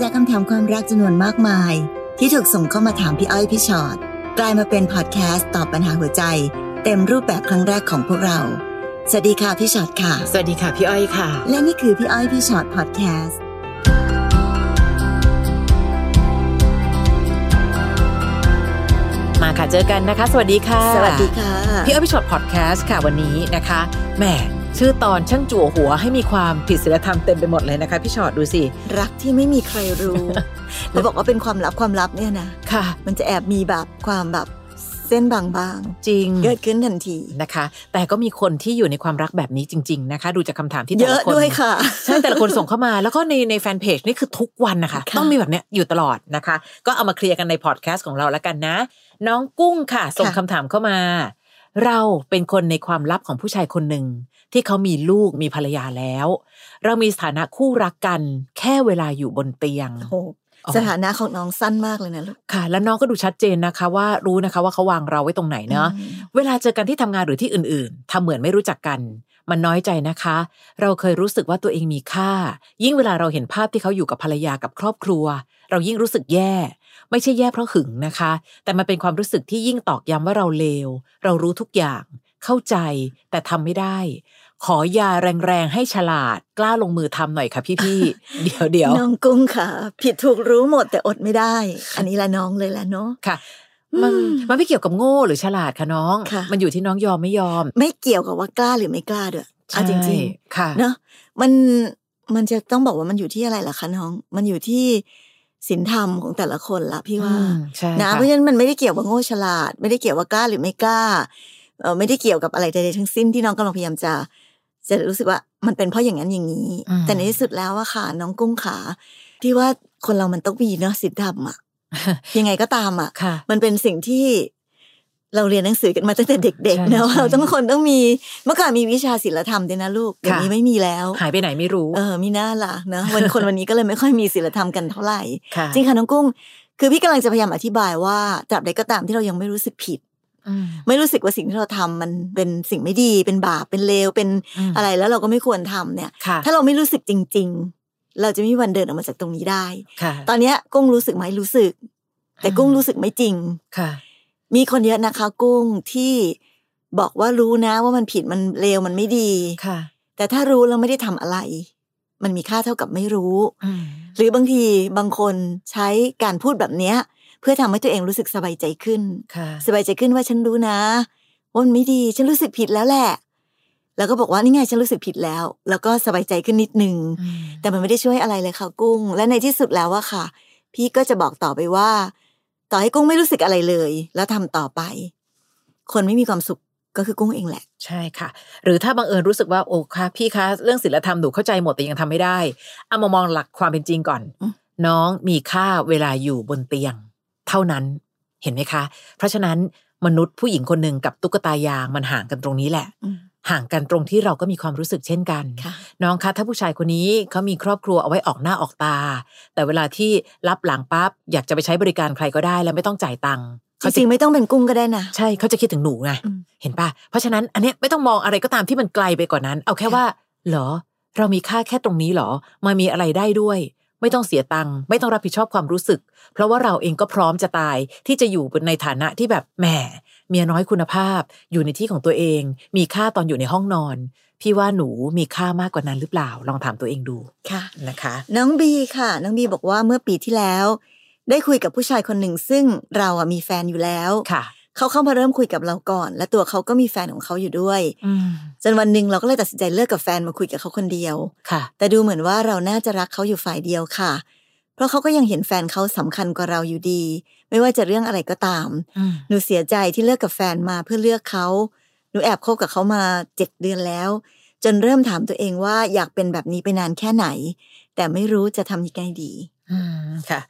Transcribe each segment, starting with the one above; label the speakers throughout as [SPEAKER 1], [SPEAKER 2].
[SPEAKER 1] จากคำถามความรักจำนวนมากมาย ที่ถูกส่งเข้ามาถามพี่อ้อยพี่ชอ็อตกลายมาเป็นพอดแคสต์ตอบปัญหาหัวใจ เต็มรูปแบบครั้งแรกของพวกเรา สวัสดีค่ะพี่ชอ็อตค่ะ
[SPEAKER 2] สวัสดีค่ะ พี่อ้อยค่ะ
[SPEAKER 1] และนี่คือพี่อ้อยพี่ชอ็อตพอดแคสต์
[SPEAKER 2] มาค่ะเจอกันนะคะ สวัสดีค่ะ
[SPEAKER 1] สวัสดีค่ะ
[SPEAKER 2] พี่อ้อยพี่ช็อตพอดแคสต์ค่ะวันนี้นะคะแหมชื่อตอนช่างจั่วหัวให้มีความผิดศีลธรรมเต็มไปหมดเลยนะคะ พี่ช็อตดูสิ
[SPEAKER 1] รักที่ไม่มีใครรู้ แล้วบอกว่าเป็นความลับความลับเนี่ยนะ
[SPEAKER 2] ค่ะ
[SPEAKER 1] มันจะแอบมีแบบความแบบเส้นบาง
[SPEAKER 2] จริง
[SPEAKER 1] ๆเกิดขึ้นทันที
[SPEAKER 2] นะคะ แต่ก็มีคนที่อยู่ในความรักแบบนี้จริง ๆ นะคะ ดูจากคำถามที่
[SPEAKER 1] เย
[SPEAKER 2] แต่
[SPEAKER 1] อะ
[SPEAKER 2] ละคน
[SPEAKER 1] ด้วยค่ะ
[SPEAKER 2] ใช่แต่ละคนส่งเข้ามาแล้วก็ในในแฟนเพจนี่คือทุกวันนะคะ
[SPEAKER 1] ค่ะ
[SPEAKER 2] ต้องมีแบบเนี้ยอยู่ตลอดนะคะ ก็เอามาเคลียร์กันในพอดแคสต์ของเราแล้วกันนะ น้องกุ้งค่ะ ส่งคำถามเข้ามา เราเป็นคนในความลับของผู้ชายคนหนึ่ง ที่เขามีลูกมีภรรยาแล้ว เรามีสถานะคู่รักกัน แค่เวลาอยู่บนเตียง
[SPEAKER 1] โอ้โหสถานะของน้องสั้นมากเลยนะลูก
[SPEAKER 2] ค่ะ แล้วน้องก็ดูชัดเจนนะคะ ว่ารู้นะคะว่าเขาวางเราไว้ตรงไหนเนาะ
[SPEAKER 1] อืม
[SPEAKER 2] เวลาเจอกันที่ทำงานหรือที่อื่นๆ ทำเหมือนไม่รู้จักกัน มันน้อยใจนะคะ เราเคยรู้สึกว่าตัวเองมีค่า ยิ่งเวลาเราเห็นภาพที่เขาอยู่กับภรรยากับครอบครัว เรายิ่งรู้สึกแย่ ไม่ใช่แย่เพราะหึงนะคะ แต่มันเป็นความรู้สึกที่ยิ่งตอกย้ำว่าเราเลว เรารู้ทุกอย่าง เข้าใจ แต่ทำไม่ได้ ขอยาแรงๆ ให้ฉลาด กล้าลงมือทำหน่อยค่ะพี่ๆ เดี๋ยวเดี๋ยว
[SPEAKER 1] น้องกุ้งค่ะ ผิดถูกรู้หมดแต่อดไม่ได้ อันนี้ละน้องเลยละเนาะ
[SPEAKER 2] ค่ะ มัน
[SPEAKER 1] อืม
[SPEAKER 2] มันไม่เกี่ยวกับโง่หรือฉลาดค่ะน้อง
[SPEAKER 1] ค่ะ
[SPEAKER 2] มันอยู่ที่น้องยอมไม่ยอม
[SPEAKER 1] ไม่เกี่ยวกับว่ากล้าหรือไม่กล้าด้วยเอาจริง
[SPEAKER 2] ๆค่ะ
[SPEAKER 1] ๆเนาะมันมันจะต้องบอกว่ามันอยู่ที่อะไรล่ะคะน้อง มันอยู่ที่ศีลธรรมของแต่ละคนละพี่ว่า
[SPEAKER 2] อืมใช่
[SPEAKER 1] นะ
[SPEAKER 2] ค่
[SPEAKER 1] เพราะฉะนั้นมันไม่ได้เกี่ยวกับโง่ฉลาด ไม่ได้เกี่ยวว่ากล้าหรือไม่กล้าเออไม่ได้เกี่ยวกับอะไรใดๆทั้งสิ้นที่น้องกำลังพยายามจะ จะรู้สึกว่ามันเป็นเพราะอย่างนั้นอย่างนี้
[SPEAKER 2] อืม
[SPEAKER 1] แต่ในที่สุดแล้วอะค่ะน้องกุ้งขาพี่ว่าคนเรามันต้องมีเนาะศีลธรรม อะ ยังไงก็ตามอ่ะ
[SPEAKER 2] ค่ะ
[SPEAKER 1] มันเป็นสิ่งที่เราเรียนหนังสือกันมาตั้งแต่เด็ก
[SPEAKER 2] ใช่
[SPEAKER 1] ๆนะว่า
[SPEAKER 2] ใช่
[SPEAKER 1] เราต้องคนต้องมีเมื่อก่อนมีวิชาศิลธรรมด้วยนะลูกเดี๋ยว
[SPEAKER 2] ค่ะ
[SPEAKER 1] นี้ไม่มีแล้ว
[SPEAKER 2] หายไปไหนไม่รู้
[SPEAKER 1] เออมีหน้าล่ะนะวัน คนวันนี้ก็เลยไม่ค่อยมีศิลธรรมกันเท่าไหร่
[SPEAKER 2] ค่ะ
[SPEAKER 1] จริงค่ะน้องกุ้ง คือพี่กำลังจะพยายามอธิบายว่าตราบใดก็ตามที่เรายังไม่รู้สึกผิด
[SPEAKER 2] อืม
[SPEAKER 1] ไม่รู้สึกว่าสิ่งที่เราทำมันเป็นสิ่งไม่ดีเป็นบาปเป็นเลวเป็น
[SPEAKER 2] ม
[SPEAKER 1] อะไรแล้วเราก็ไม่ควรทำเนี่ย
[SPEAKER 2] ค่ะ
[SPEAKER 1] ถ้าเราไม่รู้สึกจริง ๆ เราจะไม่มีวันเดินออกมาจากตรงนี้ได้
[SPEAKER 2] ค่ะ
[SPEAKER 1] ตอนเนี้ยกุ้งรู้สึกไหมรู้สึก แต่
[SPEAKER 2] อืม
[SPEAKER 1] กุ้งรู้สึกไม่จริง
[SPEAKER 2] ค่ะ
[SPEAKER 1] มีคนเยอะนะคะ กุ้งที่บอกว่ารู้นะว่ามันผิดมันเลวมันไม่ดี
[SPEAKER 2] ค่ะ
[SPEAKER 1] แต่ถ้ารู้แล้วไม่ได้ทำอะไร มันมีค่าเท่ากับไม่รู้
[SPEAKER 2] อืม
[SPEAKER 1] หรือบางทีบางคนใช้การพูดแบบเนี้ย เพื่อทำให้ตัวเองรู้สึกสบายใจขึ้น
[SPEAKER 2] ค่ะ
[SPEAKER 1] สบายใจขึ้นว่าฉันรู้นะว่ามันไม่ดีฉันรู้สึกผิดแล้วแหละ แล้วก็บอกว่านี่ไงฉันรู้สึกผิดแล้ว แล้วก็สบายใจขึ้นนิดนึง
[SPEAKER 2] อืม
[SPEAKER 1] แต่มันไม่ได้ช่วยอะไรเลยค่ะกุ้ง และในที่สุดแล้วอะค่ะ พี่ก็จะบอกต่อไปว่า ต่อให้กุ้งไม่รู้สึกอะไรเลย แล้วทำต่อไป คนไม่มีความสุขก็คือกุ้งเองแหละ
[SPEAKER 2] ใช่ค่ะ หรือถ้าบังเอิญรู้สึกว่าโอ้ค่ะพี่คะเรื่องศีลธรรมหนูเข้าใจหมดแต่ยังทำไม่ได้เอามามองหลักความเป็นจริงก่อน
[SPEAKER 1] อืม
[SPEAKER 2] น้องมีค่าเวลาอยู่บนเตียง เท่านั้นเห็นไหมคะ เพราะฉะนั้นมนุษย์ผู้หญิงคนหนึ่งกับตุ๊กตายางมันห่างกันตรงนี้แหละ ห่างกันตรงที่เราก็มีความรู้สึกเช่นกัน
[SPEAKER 1] ค่ะ
[SPEAKER 2] น้องคะถ้าผู้ชายคนนี้เขามีครอบครัวเอาไว้ออกหน้าออกตา แต่เวลาที่รับหลังปั๊บอยากจะไปใช้บริการใครก็ได้ แล้วไม่ต้องจ่ายตังค์
[SPEAKER 1] จ
[SPEAKER 2] เขาจะ
[SPEAKER 1] ริงๆไม่ต้องเป็นกุ้งก็ได้นะ
[SPEAKER 2] ใช่เขาจะคิดถึงหนูไง
[SPEAKER 1] อืม
[SPEAKER 2] เห็นปะเพราะฉะนั้นอันเนี้ยไม่ต้องมองอะไรก็ตามที่มันไกลไปกว่านั้น เอาแค่ว่าเหรอ เรามีค่าแค่ตรงนี้เหรอมามีอะไรได้ด้วย ไม่ต้องเสียตังค์ไม่ต้องรับผิดชอบความรู้สึก เพราะว่าเราเองก็พร้อมจะตายที่จะอยู่ในฐานะที่แบบแหมเมียน้อยคุณภาพ อยู่ในที่ของตัวเอง มีค่าตอนอยู่ในห้องนอน พี่ว่าหนูมีค่ามากกว่านั้นหรือเปล่า ลองถามตัวเองดู
[SPEAKER 1] ค่ะ
[SPEAKER 2] นะคะ
[SPEAKER 1] น้องบีค่ะ น้องบีบอกว่าเมื่อปีที่แล้ว ได้คุยกับผู้ชายคนหนึ่ง ซึ่งเราอะมีแฟนอยู่แล้ว
[SPEAKER 2] ค่ะ
[SPEAKER 1] เขาเข้ามาเริ่มคุยกับเราก่อน และตัวเขาก็มีแฟนของเขาอยู่ด้วย
[SPEAKER 2] อืม
[SPEAKER 1] จนวันหนึ่งเราก็เลยตัดสินใจเลิกกับแฟนมาคุยกับเขาคนเดียว
[SPEAKER 2] ค่ะ
[SPEAKER 1] แต่ดูเหมือนว่าเราน่าจะรักเขาอยู่ฝ่ายเดียวค่ะ เพราะเขาก็ยังเห็นแฟนเขาสำคัญกว่าเราอยู่ดี ไม่ว่าจะเรื่องอะไรก็ตาม
[SPEAKER 2] อืม
[SPEAKER 1] หนูเสียใจที่เลิกกับแฟนมาเพื่อเลือกเขา หนูแอบคบกับเขามาเจ็ดเดือนแล้ว จนเริ่มถามตัวเองว่าอยากเป็นแบบนี้ไปนานแค่ไหน แต่ไม่รู้จะทำยังไงดี
[SPEAKER 2] อืมค่ะ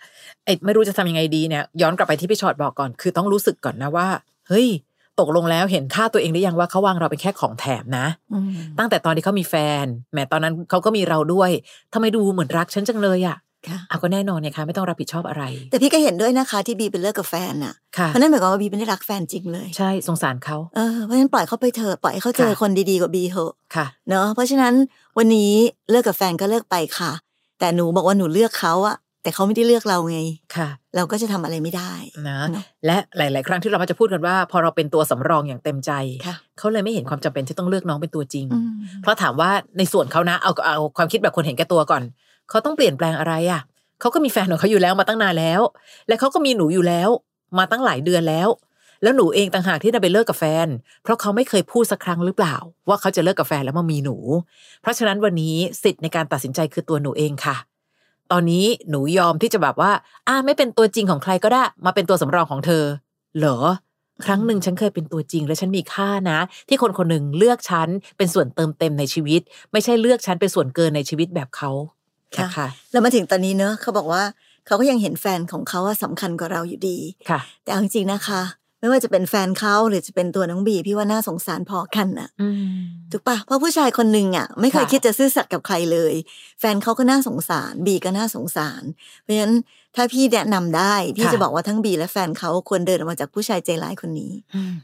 [SPEAKER 2] ไอ้ไม่รู้จะทำยังไงดีเนี่ย ย้อนกลับไปที่พี่ชอดบอกก่อน คือต้องรู้สึกก่อนนะว่า เฮ้ย ตกลงแล้วเห็นค่าตัวเองหรือยังว่าเขาวางเราเป็นแค่ของแถมนะ
[SPEAKER 1] อืม
[SPEAKER 2] ตั้งแต่ตอนที่เขามีแฟนแหมตอนนั้นเขาก็มีเราด้วยทำไมดูเหมือนรักฉันจังเลยอะ่ะ
[SPEAKER 1] ค่ะ
[SPEAKER 2] เอาก็แน่นอนเนี่ยค่ะไม่ต้องรับผิดชอบอะไร
[SPEAKER 1] แต่พี่ก็เห็นด้วยนะคะที่บีไปเลิกกับแฟนอ่ะ
[SPEAKER 2] ค่ะ
[SPEAKER 1] เพราะนั่นหมายความว่าบีไม่ได้รักแฟนจริงเลย
[SPEAKER 2] ใช่สงสารเขา
[SPEAKER 1] เออเพราะฉะนั้นปล่อยเขาไปเถอะปล่อยให้เขาเจอ
[SPEAKER 2] ค่ะ
[SPEAKER 1] คนดีๆกว่าบีเถอะ
[SPEAKER 2] ค่ะ
[SPEAKER 1] เนาะเพราะฉะนั้นวันนี้เลิกกับแฟนก็เลิกไปค่ะ แต่หนูบอกว่าหนูเลือกเขาอะ แต่เขาไม่ได้เลือกเราไง
[SPEAKER 2] ค่ะ
[SPEAKER 1] เราก็จะทำอะไรไม่ได้
[SPEAKER 2] นะ
[SPEAKER 1] เนอะ
[SPEAKER 2] และหลาย ๆ ครั้งที่เรามักจะพูดกันว่า พอเราเป็นตัวสำรองอย่างเต็มใจ
[SPEAKER 1] ค่ะ
[SPEAKER 2] เขาเลยไม่เห็นความจำเป็นที่ต้องเลือกน้องเป็นตัวจริง
[SPEAKER 1] อืม
[SPEAKER 2] เพราะถามว่าในส่วนเขานะเอาเอาความคิดแบบคนเห็นแก่ตัวก่อน เขาต้องเปลี่ยนแปลงอะไรอะ่ะเขาก็มีแฟนของเขาอยู่แล้วมาตั้งนานแล้ว และเขาก็มีหนูอยู่แล้ว มาตั้งหลายเดือนแล้ว แล้วหนูเองต่างหากที่ได้ไปเลิกกับแฟน เพราะเขาไม่เคยพูดสักครั้งหรือเปล่า ว่าเขาจะเลิกกับแฟนแล้วมามีหนู เพราะฉะนั้นวันนี้สิทธิ์ในการตัดสินใจคือตัวหนูเองค่ะ ตอนนี้หนูยอมที่จะแบบว่าอ่าไม่เป็นตัวจริงของใครก็ได้ มาเป็นตัวสำรองของเธอ เหรอ ครั้งหนึ่งฉันเคยเป็นตัวจริงและฉันมีค่านะ ที่คนคนหนึ่งเลือกฉันเป็นส่วนเติมเต็มในชีวิต ไม่ใช่เลือกฉันเป็นส่วนเกินในชีวิตแบบเขา
[SPEAKER 1] ค่ะ
[SPEAKER 2] ค่ะ
[SPEAKER 1] แล้วมาถึงตอนนี้เนอะเขาบอกว่าเขาก็ยังเห็นแฟนของเขาว่าสำคัญกว่าเราอยู่ดี
[SPEAKER 2] ค่ะ
[SPEAKER 1] แต่เอาจริงๆนะคะ ไม่ว่าจะเป็นแฟนเขาหรือจะเป็นตัวน้องบีพี่ว่าน่าสงสารพอกันน่ะ
[SPEAKER 2] อืม
[SPEAKER 1] ถูกปะเพราะผู้ชายคนหนึ่งอ่ะไม่เคย
[SPEAKER 2] ค่ะ
[SPEAKER 1] คิดจะซื่อสัตย์กับใครเลย แฟนเขาก็น่าสงสารบีก็น่าสงสาร เพราะฉะนั้นถ้าพี่แนะนำได้พี่จะบอกว่าทั้งบีและแฟนเขาควรเดินออกมาจากผู้ชายใจร้ายคนนี้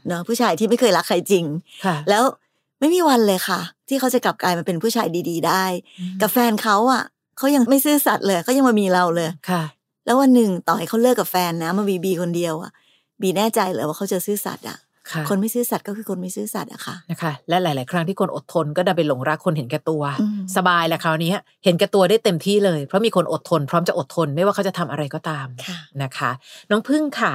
[SPEAKER 1] เนาะผู้ชายที่ไม่เคยรักใครจริง
[SPEAKER 2] ค่ะ
[SPEAKER 1] แล้วไม่มีวันเลยค่ะ ที่เขาจะกลับกลายมาเป็นผู้ชายดี ๆ ได้ กับแฟนเขาอ่ะเขายังไม่ซื่อสัตย์เลยเขายังมามีเราเลย
[SPEAKER 2] ค่ะ
[SPEAKER 1] แล้ววันหนึ่งต่อให้เขาเลิกกับแฟนนะมาบีบีคนเดียวอ่ะบีแน่ใจเหรอว่าเขาจะซื่อสัตย์อ่ะ
[SPEAKER 2] ค่ะ
[SPEAKER 1] คนไม่ซื่อสัตย์ก็คือคนไม่ซื่อสัตย์อะค่ะ
[SPEAKER 2] นะคะ และหลาย ๆ ครั้งที่คนอดทนก็ดันไปหลงรักคนเห็นแก่ตัว
[SPEAKER 1] อืม
[SPEAKER 2] สบายแหละคราวนี้เห็นแก่ตัวได้เต็มที่เลย เพราะมีคนอดทน พร้อมจะอดทนไม่ว่าเขาจะทำอะไรก็ตาม
[SPEAKER 1] ค่ะ
[SPEAKER 2] นะคะ น้องพึ่งค่ะ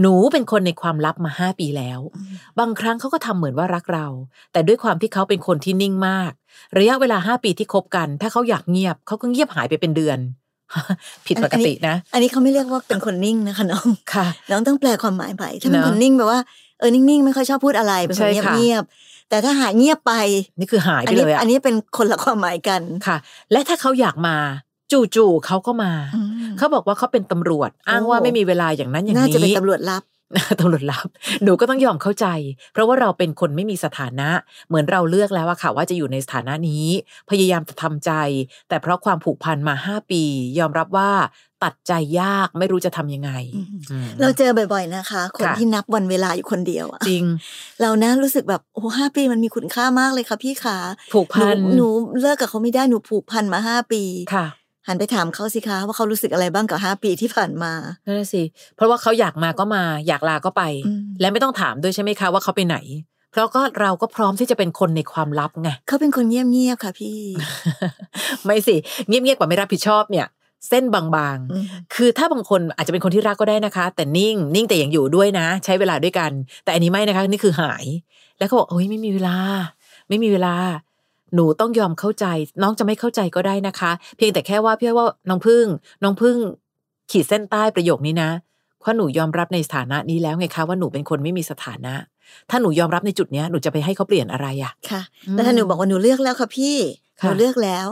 [SPEAKER 2] หนูเป็นคนในความลับมาห้าปีแล้ว
[SPEAKER 1] อืม
[SPEAKER 2] บางครั้งเขาก็ทำเหมือนว่ารักเรา แต่ด้วยความที่เขาเป็นคนที่นิ่งมาก ระยะเวลาห้าปีที่คบกัน ถ้าเขาอยากเงียบเขาก็เงียบหายไปเป็นเดือน ผิดปกตินะ
[SPEAKER 1] อันนี้เขาไม่เรียกว่าเป็นคนนิ่งนะคะน้อง
[SPEAKER 2] ค่ะ
[SPEAKER 1] น้องต้องแปลความหมายไปถ้าเป็น
[SPEAKER 2] เนอะ
[SPEAKER 1] คนนิ่งแปลว่าเออนิ่งๆไม่ค่อยชอบพูดอะไรเป็นคน
[SPEAKER 2] ใช่
[SPEAKER 1] เงียบ
[SPEAKER 2] ค่ะ
[SPEAKER 1] เงียบๆแต่ถ้าหายเงียบไป
[SPEAKER 2] นี่คือหาย
[SPEAKER 1] อั
[SPEAKER 2] ไป
[SPEAKER 1] นี้
[SPEAKER 2] เลยอะ
[SPEAKER 1] อันนี้เป็นคนละความหมายกัน
[SPEAKER 2] ค่ะ และถ้าเขาอยากมา จู่ๆเขาก็มา
[SPEAKER 1] อืม
[SPEAKER 2] เขาบอกว่าเขาเป็นตำรวจ อ้างว่า
[SPEAKER 1] โอ้
[SPEAKER 2] ไม่มีเวลาอย่างนั้นอย่างนี้
[SPEAKER 1] น่าจะเป็นตำรวจลับ
[SPEAKER 2] ตำรวจ ลับ หนูก็ต้องยอมเข้าใจ เพราะว่าเราเป็นคนไม่มีสถานะ เหมือนเราเลือกแล้วอะค่ะ ว่าจะอยู่ในสถานะนี้ พยายามจะทำใจ แต่เพราะความผูกพันมาห้าปี ยอมรับว่าตัดใจยากไม่รู้จะทำยังไง
[SPEAKER 1] อืม
[SPEAKER 2] อืม
[SPEAKER 1] เราเจอบ่อย ๆนะคะ คน
[SPEAKER 2] ค่ะ
[SPEAKER 1] ที่นับวันเวลาอยู่คนเดียวอะ
[SPEAKER 2] จริง
[SPEAKER 1] เรานะรู้สึกแบบโอ้โหห้าปีมันมีคุณค่ามากเลยค่ะพี่ขา
[SPEAKER 2] ผูก
[SPEAKER 1] หนู
[SPEAKER 2] พัน
[SPEAKER 1] หนูเลิกกับเขาไม่ได้หนูผูกพันมาห้าปี
[SPEAKER 2] ค่ะ
[SPEAKER 1] หันไปถามเขาสิคะว่าเขารู้สึกอะไรบ้างกับห้าปีที่ผ่านมา
[SPEAKER 2] นั่นนะสิเพราะว่าเขาอยากมาก็มา อยากลาก็ไป
[SPEAKER 1] อืม
[SPEAKER 2] และไม่ต้องถามด้วยใช่ไหมคะว่าเขาไปไหน เพราะก็เราก็พร้อมที่จะเป็นคนในความลับไง
[SPEAKER 1] เขาเป็นคนเงียบๆค่ะพี่
[SPEAKER 2] ไม่สิเงียบๆกว่าไม่รับผิดชอบเนี่ย เส้นบางๆ
[SPEAKER 1] อืม
[SPEAKER 2] คือถ้าบางคนอาจจะเป็นคนที่รักก็ได้นะคะ แต่นิ่งนิ่งแต่ยังอยู่ด้วยนะ ใช้เวลาด้วยกัน แต่อันนี้ไม่นะคะ นี่คือหาย แล้วเขาบอกโอ้ยไม่มีเวลา ไม่มีเวลา หนูต้องยอมเข้าใจ น้องจะไม่เข้าใจก็ได้นะคะ เพียงแต่แค่ว่าพี่ว่าน้องพึ่ง น้องพึ่ง ขีดเส้นใต้ประโยคนี้นะว่าหนูยอมรับในสถานะนี้แล้วไงคะว่าหนูเป็นคนไม่มีสถานะ ถ้าหนูยอมรับในจุดเนี้ยหนูจะไปให้เขาเปลี่ยนอะไรอะ
[SPEAKER 1] ค่ะ แล้วถ้าหนูบอกว่าหนูเลือกแล้วค่ะพี่ ห
[SPEAKER 2] ค่ะ
[SPEAKER 1] นูเลือกแล้ว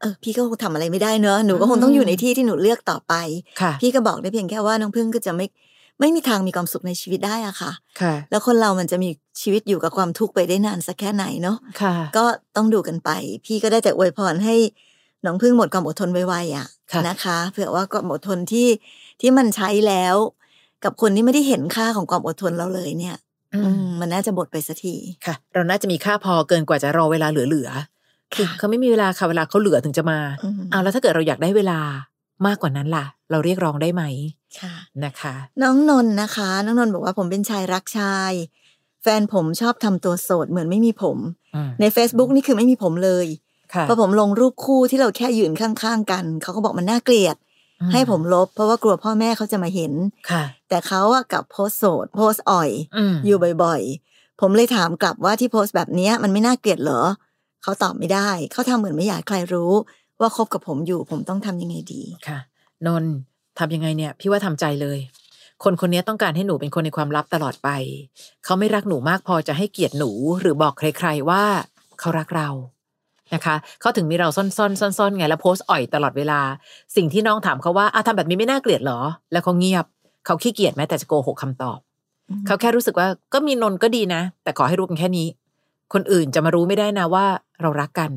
[SPEAKER 1] เออ พี่ก็คงทำอะไรไม่ได้เนอะ หนูก็คงต้องอยู่ในที่ที่หนูเลือกต่อไป
[SPEAKER 2] ค่ะ
[SPEAKER 1] พี่ก็บอกได้เพียงแค่ว่าน้องพึ่งก็จะไม่ ไม่มีทางมีความสุขในชีวิตได้อะค่ะ
[SPEAKER 2] ค่ะ
[SPEAKER 1] แล้วคนเรามันจะมีชีวิตอยู่กับความทุกข์ไปได้นานสักแค่ไหนเนาะ
[SPEAKER 2] ค่ะ
[SPEAKER 1] ก็ต้องดูกันไป พี่ก็ได้แต่อวยพรให้น้องพึ่งหมดความอดทนไวๆอ่ะ
[SPEAKER 2] ค่ะ
[SPEAKER 1] นะคะเผื่อว่าความอดทนที่ที่มันใช้แล้ว กับคนที่ไม่ได้เห็นค่าของความอดทนเราเลยเนี่ย อืมมันน่าจะบดไปสักที
[SPEAKER 2] ค่ะเราน่าจะมีค่าพอเกินกว่าจะรอเวลาเหลือๆคือ
[SPEAKER 1] ค่ะ
[SPEAKER 2] เขาไม่มีเวลาค่ะเวลาเขาเหลือถึงจะมา
[SPEAKER 1] อืม
[SPEAKER 2] เอาแล้วถ้าเกิดเราอยากได้เวลามากกว่านั้นล่ะ เราเรียกร้องได้ไหม
[SPEAKER 1] ค่ะ
[SPEAKER 2] นะคะ
[SPEAKER 1] น้องนนท์นะคะ น้องนนท์บอกว่าผมเป็นชายรักชาย แฟนผมชอบทำตัวโสดเหมือนไม่มีผม
[SPEAKER 2] อืม
[SPEAKER 1] ใน Facebook นี่คือไม่มีผมเลย
[SPEAKER 2] ค่ะ
[SPEAKER 1] พอผมลงรูปคู่ที่เราแค่ยืนข้างๆกัน เขาก็บอกมันน่าเกลียด
[SPEAKER 2] อื
[SPEAKER 1] ให้ผมลบ เพราะว่ากลัวพ่อแม่เขาจะมาเห็น
[SPEAKER 2] ค่ะ
[SPEAKER 1] แต่เขาอะกลับโพสต์โสดโพสต์อ่อย
[SPEAKER 2] อืม
[SPEAKER 1] อยู่บ่อยๆ ผมเลยถามกลับว่าที่โพสต์แบบเนี้ยมันไม่น่าเกลียดเหรอ เขาตอบไม่ได้ เขาทำเหมือนไม่อยากให้ใครรู้ ว่าคบกับผมอยู่ผมต้องทำยังไงดี
[SPEAKER 2] ค่ะ นนท์ทำยังไงเนี่ย พี่ว่าทำใจเลย คนคนนี้ต้องการให้หนูเป็นคนในความลับตลอดไป เขาไม่รักหนูมากพอจะให้เกียรติหนูหรือบอกใคร ๆว่าเขารักเรานะคะเขาถึงมีเราซ่อนๆซ่อนๆไงแล้วโพสต์อ่อยตลอดเวลา สิ่งที่น้องถามเขาว่าอ่ะทำแบบนี้ไม่น่าเกลียดเหรอ แล้วเขาเงียบ เขาขี้เกียจแม้แต่จะโกหกคำตอบ เขาแค่รู้สึกว่าก็มีนนท์ก็ดีนะ แต่ขอให้รู้กันแค่นี้ คนอื่นจะมารู้ไม่ได้นะว่าเรารักกัน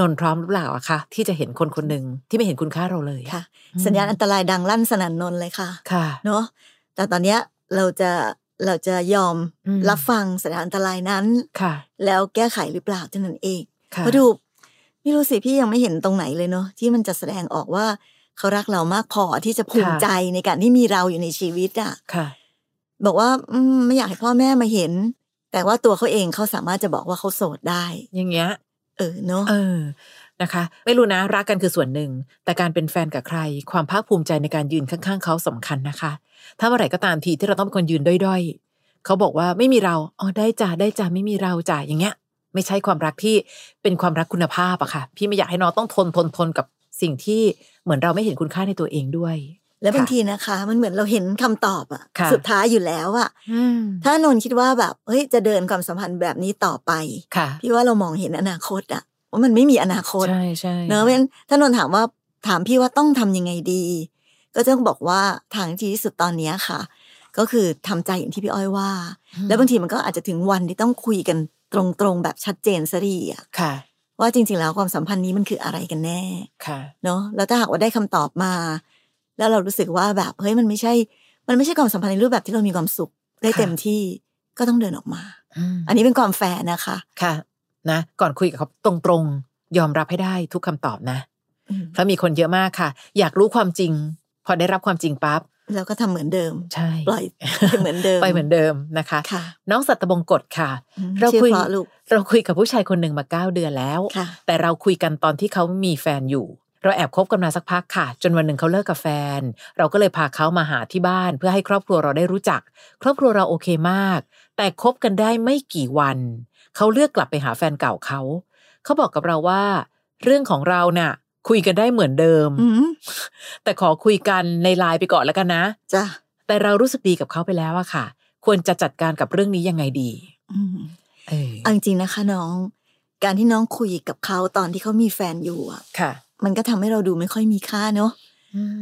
[SPEAKER 2] นนท์พร้อมหรือเปล่าอะคะที่จะเห็นคนคนหนึ่งที่ไม่เห็นคุณค่าเราเลย
[SPEAKER 1] ค่ะ
[SPEAKER 2] อืม
[SPEAKER 1] สัญญาณอันตรายดังลั่นสนั่นนนเลยค่ะ
[SPEAKER 2] ค่ะ
[SPEAKER 1] เนาะแต่ตอนเนี้ยเราจะเราจะยอม
[SPEAKER 2] อืม
[SPEAKER 1] รับฟังสัญญาณอันตรายนั้น
[SPEAKER 2] ค่ะ
[SPEAKER 1] แล้วแก้ไขหรือเปล่าเท่านั้นเอง
[SPEAKER 2] ค่ะ
[SPEAKER 1] เพราะดูไม่รู้สิพี่ยังไม่เห็นตรงไหนเลยเนาะที่มันจะแสดงออกว่า เขารักเรามากพอที่จะภูมิใจในการที่มีเราอยู่ในชีวิตอ่ะ
[SPEAKER 2] ค่ะ
[SPEAKER 1] บอกว่าอืมไม่อยากให้พ่อแม่มาเห็น แต่ว่าตัวเขาเองเขาสามารถจะบอกว่าเขาโสดได้
[SPEAKER 2] อย่างเงี้ย
[SPEAKER 1] เออเนาะ
[SPEAKER 2] เออ นะคะ ไม่รู้นะ รักกันคือส่วนหนึ่ง แต่การเป็นแฟนกับใคร ความภาคภูมิใจในการยืนข้างๆ เขาสำคัญนะคะ ถ้าเมื่อไหร่ก็ตามทีที่เราต้องเป็นคนยืนด้อยๆ เขาบอกว่าไม่มีเรา อ๋อ ได้จ้าได้จ้าไม่มีเราจ้าอย่างเงี้ย ไม่ใช่ความรักที่เป็นความรักคุณภาพอะค่ะ พี่ไม่อยากให้น้องต้องทนทนทนกับสิ่งที่เหมือนเราไม่เห็นคุณค่าในตัวเองด้วย
[SPEAKER 1] แล้วบางทีนะคะ มันเหมือนเราเห็นคำตอบอะ
[SPEAKER 2] ค่ะ
[SPEAKER 1] สุดท้ายอยู่แล้วอะ
[SPEAKER 2] อืม
[SPEAKER 1] ถ้านนท์คิดว่าแบบเฮ้ยจะเดินความสัมพันธ์แบบนี้ต่อไป
[SPEAKER 2] ค่ะ
[SPEAKER 1] พี่ว่าเรามองเห็นอนาคตอะว่ามันไม่มีอนาคต
[SPEAKER 2] ใช่ใช่
[SPEAKER 1] เนอะเพราะฉะนั้นถ้านนท์ถามว่าถามพี่ว่าต้องทำยังไงดี ก็จะต้องบอกว่าทางที่ดีที่สุดตอนเนี้ยค่ะ ก็คือทำใจอย่างที่พี่อ้อยว่า แล้วบางทีมันก็อาจจะถึงวันที่ต้องคุยกันตรงๆแบบชัดเจนซะดีอะ
[SPEAKER 2] ค่ะ
[SPEAKER 1] ว่าจริง ๆ แล้วความสัมพันธ์นี้มันคืออะไรกันแน่
[SPEAKER 2] ค่ะ
[SPEAKER 1] เนาะแล้วถ้าหากว่าได้คำตอบมา แล้วเรารู้สึกว่าแบบเฮ้ยมันไม่ใช่ มันไม่ใช่ความสัมพันธ์ในรูปแบบที่เรามีความสุขได้
[SPEAKER 2] ค่ะ
[SPEAKER 1] เต็มที่ก็ต้องเดินออกมา
[SPEAKER 2] อืม
[SPEAKER 1] อันนี้เป็นความแฟร์นะคะ
[SPEAKER 2] ค่ะนะก่อนคุยกับเขาตรงๆ ยอมรับให้ได้ทุกคำตอบนะ
[SPEAKER 1] อืม
[SPEAKER 2] เพราะมีคนเยอะมากค่ะ อยากรู้ความจริง พอได้รับความจริงปั๊บ
[SPEAKER 1] แล้วก็ทำเหมือนเดิม
[SPEAKER 2] ใช่
[SPEAKER 1] ปล่อย ไปเหมือนเดิม
[SPEAKER 2] ไปเหมือนเดิมนะคะ
[SPEAKER 1] ค่ะ
[SPEAKER 2] น้องสัตบงกฎค่ะ
[SPEAKER 1] อืม
[SPEAKER 2] เรา
[SPEAKER 1] ชื่อ
[SPEAKER 2] คุย
[SPEAKER 1] เพราะลูก
[SPEAKER 2] เราคุยกับผู้ชายคนหนึ่งมาเก้าเดือนแล้ว
[SPEAKER 1] ค่ะ
[SPEAKER 2] แต่เราคุยกันตอนที่เขามีแฟนอยู่ เราแอบคบกันมาสักพักค่ะ จนวันหนึ่งเขาเลิกกับแฟน เราก็เลยพาเขามาหาที่บ้าน เพื่อให้ครอบครัวเราได้รู้จัก ครอบครัวเราโอเคมาก แต่คบกันได้ไม่กี่วัน เขาเลือกกลับไปหาแฟนเก่าเขา เขาบอกกับเราว่า เรื่องของเราน่ะ คุยกันได้เหมือนเดิม
[SPEAKER 1] อืม
[SPEAKER 2] แต่ขอคุยกันในไลน์ไปก่อนแล้วกันนะ
[SPEAKER 1] จ้ะ
[SPEAKER 2] แต่เรารู้สึกดีกับเขาไปแล้วอะค่ะ ควรจะจัดการกับเรื่องนี้ยังไงดี
[SPEAKER 1] อืม
[SPEAKER 2] เออ
[SPEAKER 1] เอาจริงๆนะคะน้อง การที่น้องคุยกับเขาตอนที่เขามีแฟนอยู่อะ
[SPEAKER 2] ค่ะ
[SPEAKER 1] มันก็ทำให้เราดูไม่ค่อยมีค่าเนาะ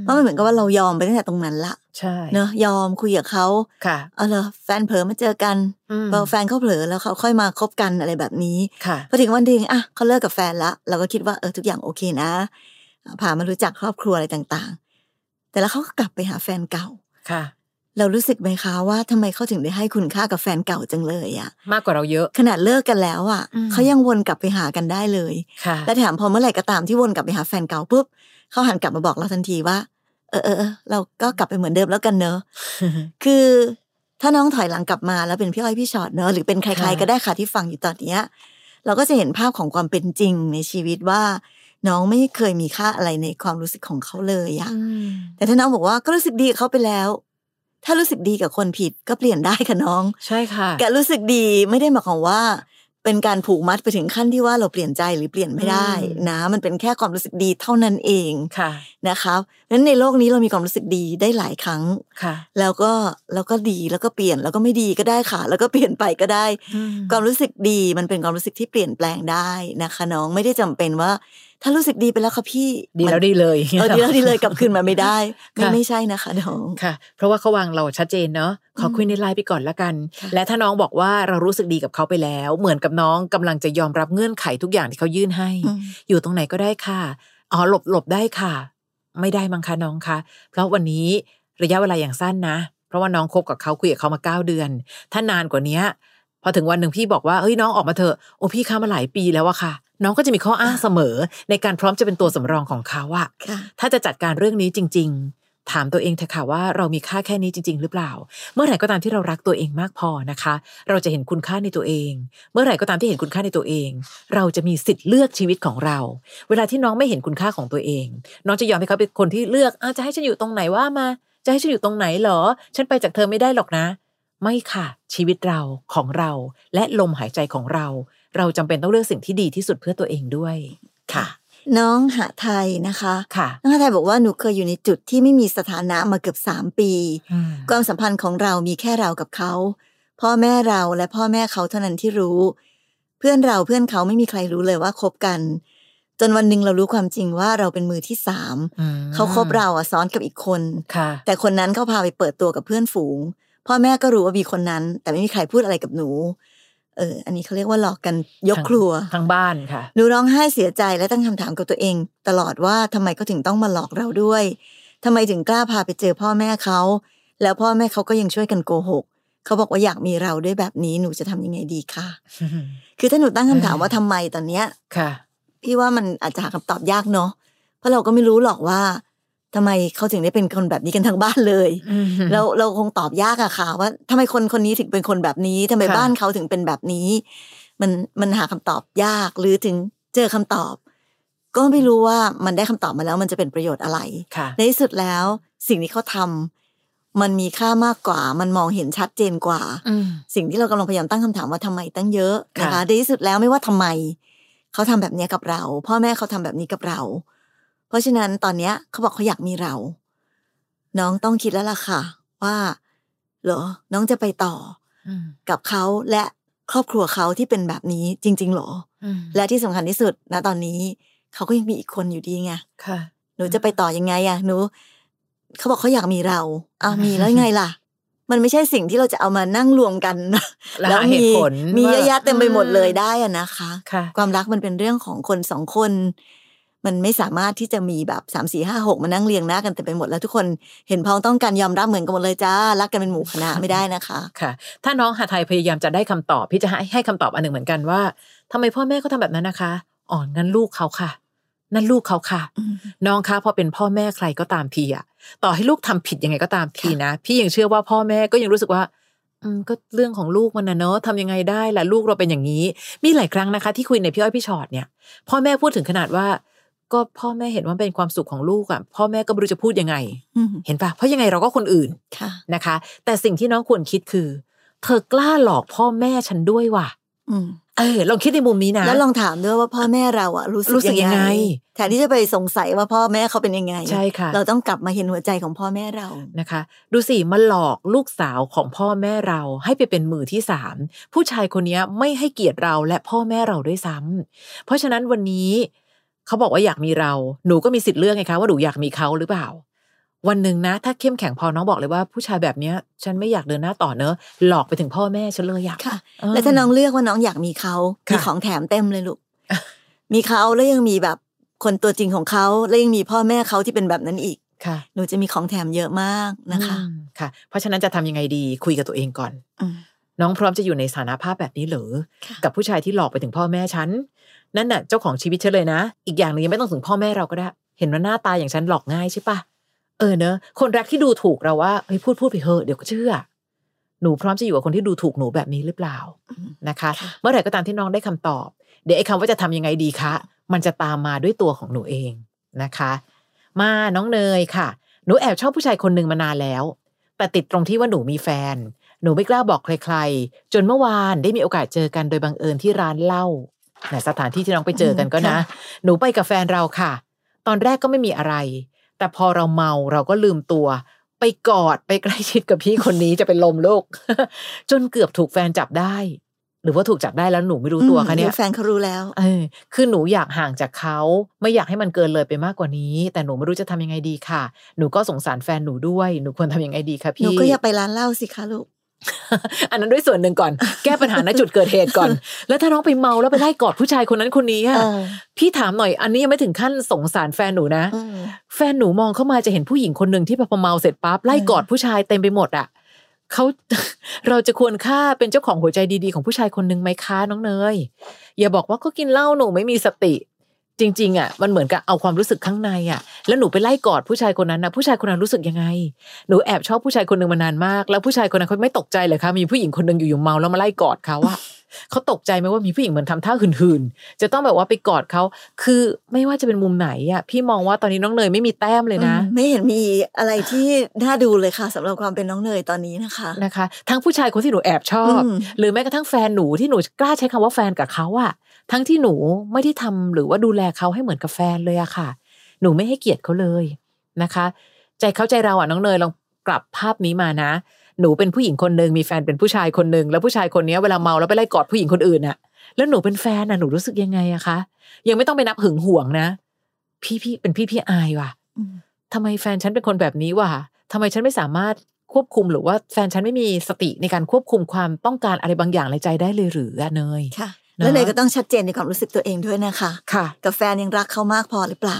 [SPEAKER 1] เพราะมันเหมือนกับว่าเรายอมไปตั้งแต่ตรงนั้นละ
[SPEAKER 2] ใช่
[SPEAKER 1] เนาะยอมคุยกับเขา
[SPEAKER 2] ค่ะ
[SPEAKER 1] เอาเหรอแฟนเผลอมาเจอกัน
[SPEAKER 2] อืม
[SPEAKER 1] พอแฟนเขาเผลอแล้วเขาค่อยมาคบกันอะไรแบบนี้
[SPEAKER 2] ค่ะ
[SPEAKER 1] พอถึงวันหนึ่งอ่ะเขาเลิกกับแฟนละเราก็คิดว่าเออทุกอย่างโอเคนะพามารู้จักครอบครัวอะไรต่างๆ แต่แล้วเขาก็กลับไปหาแฟนเก่า
[SPEAKER 2] ค่ะ
[SPEAKER 1] เรารู้สึกไหมคะว่าทำไมเขาถึงได้ให้คุณค่ากับแฟนเก่าจังเลยอะ
[SPEAKER 2] มากกว่าเราเยอะ
[SPEAKER 1] ขนาดเลิกกันแล้วอะ
[SPEAKER 2] อืม
[SPEAKER 1] เขายังวนกลับไปหากันได้เลย
[SPEAKER 2] ค่ะ
[SPEAKER 1] และแถมพอเมื่อไหร่ก็ตามที่วนกลับไปหาแฟนเก่าปุ๊บเขาหันกลับมาบอกเราทันทีว่า เออเออเออเราก็กลับไปเหมือนเดิมแล้วกันเนอะ คือถ้าน้องถอยหลังกลับมาแล้วเป็นพี่อ้อยพี่ชอตเนอะหรือเป็นใครๆก็ได้ค่ะที่ฟังอยู่ตอนเนี้ยเราก็จะเห็นภาพของความเป็นจริงในชีวิตว่า น้องไม่เคยมีค่าอะไรในความรู้สึกของเขาเลยอะแต่ถ้าน้องบอกว่าก็รู้สึกดีกับเขาไปแล้ว ถ้ารู้สึกดีกับคนผิดก็เปลี่ยนได้ค่ะน้อง
[SPEAKER 2] ใช่ค่ะ
[SPEAKER 1] การรู้สึกดีไม่ได้หมายความว่า เป็นการผูกมัดไปถึงขั้นที่ว่าเราเปลี่ยนใจหรือเปลี่ยนไม่ได้นะ มันเป็นแค่ความรู้สึกดีเท่านั้นเอง
[SPEAKER 2] ค่ะ
[SPEAKER 1] นะคะเพราะฉะนั้นในโลกนี้เรามีความรู้สึกดีได้หลายครั้ง
[SPEAKER 2] ค่ะ
[SPEAKER 1] แล้วก็แล้วก็ดีแล้วก็เปลี่ยนแล้วก็ไม่ดีก็ได้ค่ะ แล้วก็เปลี่ยนไปก็ได้ ความรู้สึกดีมันเป็นความรู้สึกที่เปลี่ยนแปลงได้นะคะ น้องไม่ได้จำเป็นว่า ถ้ารู้สึกดีไปแล้วค่ะพี่
[SPEAKER 2] ดีแล้วดีเลย
[SPEAKER 1] เอ อดีแล้วดีเลยกลับคืนมาไม่ได้ไม่
[SPEAKER 2] ค่ะ
[SPEAKER 1] ไม่ใช่นะคะน้อง
[SPEAKER 2] ค่ะ เพราะว่าเขาวางเราชัดเจนเนาะขอคุยในไลน์ไปก่อนละกัน และถ้าน้องบอกว่าเรารู้สึกดีกับเขาไปแล้ว เหมือนกับน้องกำลังจะยอมรับเงื่อนไขทุกอย่างที่เขายื่นให้
[SPEAKER 1] อืม
[SPEAKER 2] อยู่ตรงไหนก็ได้ค่ะอ๋อหลบหลบได้ค่ะ ไม่ได้มั้งคะน้องคะเพราะวันนี้ระยะเวลาอย่างสั้นนะ เพราะว่าน้องคบกับเขาคุยกับเขามาเก้าเดือน ถ้านานกว่าเนี้ย พอถึงวันหนึ่งพี่บอกว่าเฮ้ยน้องออกมาเถอะโอ้พี่ค้ามาหลายปีแล้วอะค่ะ น้องก็จะมีข้ออ้างเสมอ ในการพร้อมจะเป็นตัวสำรองของเขาอะ
[SPEAKER 1] ค่ะ
[SPEAKER 2] ถ้าจะจัดการเรื่องนี้จริง ๆ ถามตัวเองเถอะค่ะว่าเรามีค่าแค่นี้จริง ๆ หรือเปล่า เมื่อไหร่ก็ตามที่เรารักตัวเองมากพอนะคะ เราจะเห็นคุณค่าในตัวเอง เมื่อไหร่ก็ตามที่เห็นคุณค่าในตัวเอง เราจะมีสิทธิ์เลือกชีวิตของเรา เวลาที่น้องไม่เห็นคุณค่าของตัวเอง น้องจะยอมให้เขาเป็นคนที่เลือกอาจะให้ฉันอยู่ตรงไหนว่ามา จะให้ฉันอยู่ตรงไหนเหรอ ฉันไปจากเธอไม่ได้หรอกนะ ไม่ค่ะ ชีวิตเราของเราและลมหายใจของเรา เราจำเป็นต้องเลือกสิ่งที่ดีที่สุดเพื่อตัวเองด้วย ค่ะ
[SPEAKER 1] น้องหาไทยนะคะ
[SPEAKER 2] ค่ะ
[SPEAKER 1] น้องหาไทยบอกว่าหนูเคยอยู่ในจุดที่ไม่มีสถานะมาเกือบสามปี ความสัมพันธ์ของเรามีแค่เรากับเขา พ่อแม่เราและพ่อแม่เขาเท่านั้นที่รู้ เพื่อนเราเพื่อนเขาไม่มีใครรู้เลยว่าคบกัน จนวันหนึ่งเรารู้ความจริงว่าเราเป็นมือที่สาม
[SPEAKER 2] อืม
[SPEAKER 1] เขาคบเราอะซ้อนกับอีกคน
[SPEAKER 2] ค่ะ
[SPEAKER 1] แต่คนนั้นเขาพาไปเปิดตัวกับเพื่อนฝูง พ่อแม่ก็รู้ว่ามีคนนั้น แต่ไม่มีใครพูดอะไรกับหนู เออ อันนี้เขาเรียกว่าหลอกกันยกครัว
[SPEAKER 2] ทั้งบ้านค่ะ
[SPEAKER 1] หนูร้องไห้เสียใจและตั้งคำถามกับตัวเอง ตลอดว่าทำไมเขาถึงต้องมาหลอกเราด้วยทำไมถึงกล้าพาไปเจอพ่อแม่เขา แล้วพ่อแม่เขาก็ยังช่วยกันโกหก เขาบอกว่าอยากมีเราด้วยแบบนี้หนูจะทำยังไงดีคะคือถ้าหนูตั้งคำถามว่าทำไมตอนเนี้ย
[SPEAKER 2] ค่ะ
[SPEAKER 1] พี่ว่ามันอาจจะหาคำตอบยากเนาะเพราะเราก็ไม่รู้หรอกว่า ทำไมเขาถึงได้เป็นคนแบบนี้กันทั้งบ้านเลย เราเราคงตอบยากอะค่ะ ว่าทำไมคนคนนี้ถึงเป็นคนแบบนี้ทำไม
[SPEAKER 2] ค่ะ
[SPEAKER 1] บ้านเขาถึงเป็นแบบนี้ มันมันหาคำตอบยากหรือถึงเจอคำตอบ ก็ไม่รู้ว่ามันได้คำตอบมาแล้วมันจะเป็นประโยชน์อะไร
[SPEAKER 2] ค่ะ
[SPEAKER 1] ในที่สุดแล้วสิ่งที่เขาทำมันมีค่ามากกว่า มันมองเห็นชัดเจนกว่า
[SPEAKER 2] อืม
[SPEAKER 1] สิ่งที่เรากำลังพยายามตั้งคำถามว่าทำไมตั้งเยอะนะ
[SPEAKER 2] ค่ะ
[SPEAKER 1] คะในที่สุดแล้วไม่ว่าทำไม เขาทำแบบเนี้ยกับเรา พ่อแม่เขาทำแบบนี้กับเรา เพราะฉะนั้นตอนเนี้ยเขาบอกเขาอยากมีเรา น้องต้องคิดแล้วล่ะค่ะ ว่าเหรอน้องจะไปต่อ
[SPEAKER 2] อืม
[SPEAKER 1] กับเขาและครอบครัวเขาที่เป็นแบบนี้จริง ๆเหรอ
[SPEAKER 2] อืม
[SPEAKER 1] และที่สำคัญที่สุดนะตอนนี้ เขาก็ยังมีอีกคนอยู่ดีไง
[SPEAKER 2] ค่ะ
[SPEAKER 1] หนูจะไปต่อยังไงอะหนูเขาบอกเขาอยากมีเราอ้าวมีแล้วไงล่ะ มันไม่ใช่สิ่งที่เราจะเอามานั่งรวมกันนะ
[SPEAKER 2] แล้วหาเห
[SPEAKER 1] มี
[SPEAKER 2] ตุผล
[SPEAKER 1] มีเยอะ
[SPEAKER 2] ว่า
[SPEAKER 1] แยะเต็มไปหมดเลย
[SPEAKER 2] อืม
[SPEAKER 1] ได้อะนะคะ
[SPEAKER 2] ค่ะ
[SPEAKER 1] ความรักมันเป็นเรื่องของคนสองคน มันไม่สามารถที่จะมีแบบสามสี่ห้าหกมานั่งเรียงหน้ากันเต็มไปหมดแล้วทุกคนเห็นพ้องต้องกันยอมรับเหมือนกันหมดเลยจ้ารักกันเป็นหมู่คณะไม่ได้นะคะ
[SPEAKER 2] ค่ะ ถ้าน้องหาไทยพยายามจะได้คำตอบ พี่จะให้ให้คำตอบอันหนึ่งเหมือนกันว่าทำไมพ่อแม่เขาทำแบบนั้นนะคะอ๋องั้นลูกเขาค่ะ นั่นลูกเขาค่ะ น้องคะพอเป็นพ่อแม่ใครก็ตามทีอะต่อให้ลูกทำผิดยังไงก็ตามทีนะ พี่ยังเชื่อว่าพ่อแม่ก็ยังรู้สึกว่า อืมก็เรื่องของลูกมันนะเนอะทำยังไงได้ล่ะลูกเราเป็นอย่างนี้ มีหลายครั้งนะคะ ที่คุยในพี่อ้อยพี่ชอตเนี่ย พ่อแม่พูดถึงขนาดว่า ก็พ่อแม่เห็นว่าเป็นความสุขของลูกอะพ่อแม่ก็ไม่รู้จะพูดยังไง
[SPEAKER 1] อืม
[SPEAKER 2] เห็นปะเพราะยังไงเราก็คนอื่น
[SPEAKER 1] ค่ะ
[SPEAKER 2] นะคะแต่สิ่งที่น้องควรคิดคือ เธอกล้าหลอกพ่อแม่ฉันด้วยว่ะ
[SPEAKER 1] อืม
[SPEAKER 2] เออลองคิดในมุมนี้นะ
[SPEAKER 1] แล้วลองถามด้วยว่าพ่อแม่เราอะรู้
[SPEAKER 2] รู้สึกยังไง
[SPEAKER 1] แทนที่จะไปสงสัยว่าพ่อแม่เขาเป็นยังไง
[SPEAKER 2] ใช่ค่ะ
[SPEAKER 1] เราต้องกลับมาเห็นหัวใจของพ่อแม่เรา
[SPEAKER 2] นะคะ ดูสิมาหลอกลูกสาวของพ่อแม่เราให้ไปเป็นมือที่สามผู้ชายคนเนี้ยไม่ให้เกียรติเราและพ่อแม่เราด้วยซ้ำเพราะฉะนั้นวันนี้เขาบอกว่าอยากมีเรา หนูก็มีสิทธิ์เลือกไงคะว่าหนูอยากมีเขาหรือเปล่า วันหนึ่งนะ ถ้าเข้มแข็งพอน้องบอกเลยว่าผู้ชายแบบเนี้ย ฉันไม่อยากเดินหน้าต่อเนอะหลอกไปถึงพ่อแม่ฉันเลยอยาก
[SPEAKER 1] ค่ะ และถ้าน้องเลือกว่าน้องอยากมีเขามีของแถมเต็มเลยลู ก มีเขาแล้วยังมีแบบคนตัวจริงของเขาแล้วยังมีพ่อแม่เขาที่เป็นแบบนั้นอีก
[SPEAKER 2] ค่ะ
[SPEAKER 1] หนูจะมีของแถมเยอะมากนะคะ
[SPEAKER 2] อืมค่ะ เพราะฉะนั้นจะทำยังไงดีคุยกับตัวเองก่อน
[SPEAKER 1] อืม
[SPEAKER 2] น้องพร้อมจะอยู่ในสถานภาพแบบนี้เหรือ
[SPEAKER 1] ค่ะ
[SPEAKER 2] กับผู้ชายที่หลอกไปถึงพ่อแม่ฉันนั่นน่ะเจ้าของชีวิตฉันเลยนะ อีกอย่างหนึ่งยังไม่ต้องถึงพ่อแม่เราก็ได้ เห็นว่าหน้าตาอย่างฉันหลอกง่ายใช่ปะเออเนอะคนรักที่ดูถูกเราว่าเฮ้ยพูดพูดไปเถอะเดี๋ยวก็เชื่อ หนูพร้อมจะอยู่กับคนที่ดูถูกหนูแบบนี้หรือเปล่านะคะ เมื่อไหร่ก็ตามที่น้องได้คำตอบ เดี๋ยวไอ้คำว่าจะทำยังไงดีคะ มันจะตามมาด้วยตัวของหนูเองนะคะ มาน้องเนยค่ะ หนูแอบชอบผู้ชายคนหนึ่งมานานแล้ว แต่ติดตรงที่ว่าหนูมีแฟน หนูไม่กล้าบอกใครๆ จนเมื่อวานได้มีโอกาสเจอกันโดยบังเอิญที่ร้านเหล้าน่ะสถานที่ที่น้องไปเจอกันก็นะ
[SPEAKER 1] ค่ะ
[SPEAKER 2] หนูไปกับแฟนเราค่ะ ตอนแรกก็ไม่มีอะไร แต่พอเราเมาเราก็ลืมตัว ไปกอดไปใกล้ชิดกับพี่คนนี้จะ เป็นลมลูก จนเกือบถูกแฟนจับได้ หรือว่าถูกจับได้แล้วหนูไม่รู้ตัวคะเนี่ย
[SPEAKER 1] แฟนเขารู้แล้ว
[SPEAKER 2] เออคือหนูอยากห่างจากเขาไม่อยากให้มันเกินเลยไปมากกว่านี้ แต่หนูไม่รู้จะทำยังไงดีค่ะ หนูก็สงสารแฟนหนูด้วย หนูควรทำยังไงดีคะ
[SPEAKER 1] หนู
[SPEAKER 2] พี่
[SPEAKER 1] ก็อย่า ไปร้านเหล้าสิคะลูก
[SPEAKER 2] อันนั้นด้วยส่วนหนึ่งก่อน แก้ปัญหาณจุดเกิดเหตุก่อน แล้วถ้าน้องไปเมาแล้วไปไล่กอดผู้ชายคนนั้นคนนี้อะ
[SPEAKER 1] เออ
[SPEAKER 2] พี่ถามหน่อยอันนี้ยังไม่ถึงขั้นสงสารแฟนหนูนะ
[SPEAKER 1] อืม
[SPEAKER 2] แฟนหนูมองเข้ามาจะเห็นผู้หญิงคนหนึ่งที่พอเมาเสร็จปั๊บไล่กอดผู้ชายเต็มไปหมดอ่ะเขา เราจะควรค่าเป็นเจ้าของหัวใจดีๆของผู้ชายคนหนึ่งไหมคะน้องเนยอย่าบอกว่าก็กินเหล้าหนูไม่มีสติ จริง ๆ อ่ะ มันเหมือนกับเอาความรู้สึกข้างในอ่ะ แล้วหนูไปไล่กอดผู้ชายคนนั้นนะผู้ชายคนนั้นรู้สึกยังไง หนูแอบชอบผู้ชายคนหนึ่งมานานมาก แล้วผู้ชายคนนั้นเขาไม่ตกใจเลยคะมีผู้หญิงคนหนึ่งอยู่ๆเมาแล้วมาไล่กอดเขาอะ เขาตกใจไหมว่ามีผู้หญิงเหมือนทำท่าหื่นๆ จะต้องแบบว่าไปกอดเขา คือไม่ว่าจะเป็นมุมไหนอะพี่มองว่าตอนนี้น้องเนยไม่มีแต้มเลยนะ
[SPEAKER 1] ไม่เห็นมีอะไรที่น่าดูเลยค่ะสำหรับความเป็นน้องเนยตอนนี้นะคะ
[SPEAKER 2] นะคะ ทั้งผู้ชายคนที่หนูแอบชอบ
[SPEAKER 1] อืม
[SPEAKER 2] หรือแม้กระทั่งแฟนหนูที่หนูกล้าใช้คำว่าแฟนกับเขาอะทั้งที่หนูไม่ได้ทำหรือว่าดูแลเขาให้เหมือนกับแฟนเลยอะค่ะ หนูไม่ให้เกียรติเขาเลยนะคะ ใจเขาใจเราอะน้องเนยลองกลับภาพนี้มานะ หนูเป็นผู้หญิงคนหนึ่งมีแฟนเป็นผู้ชายคนหนึ่งแล้วผู้ชายคนเนี้ยเวลาเมาแล้วไปไล่กอดผู้หญิงคนอื่นอะแล้วหนูเป็นแฟนอะหนูรู้สึกยังไงอะคะยังไม่ต้องไปนับหึงหวงนะ พี่พี่เป็นพี่พี่อายว่ะ
[SPEAKER 1] อืม
[SPEAKER 2] ทำไมแฟนฉันเป็นคนแบบนี้วะทำไมฉันไม่สามารถควบคุมหรือว่าแฟนฉันไม่มีสติในการควบคุมความต้องการอะไรบางอย่างในใจได้เลยหรืออะเนย
[SPEAKER 1] ค่ะ
[SPEAKER 2] เนอะ
[SPEAKER 1] แล้วเนยก็ต้องชัดเจนในความรู้สึกตัวเองด้วยนะคะ
[SPEAKER 2] ค่ะ
[SPEAKER 1] กับแฟนยังรักเขามากพอหรือเปล่า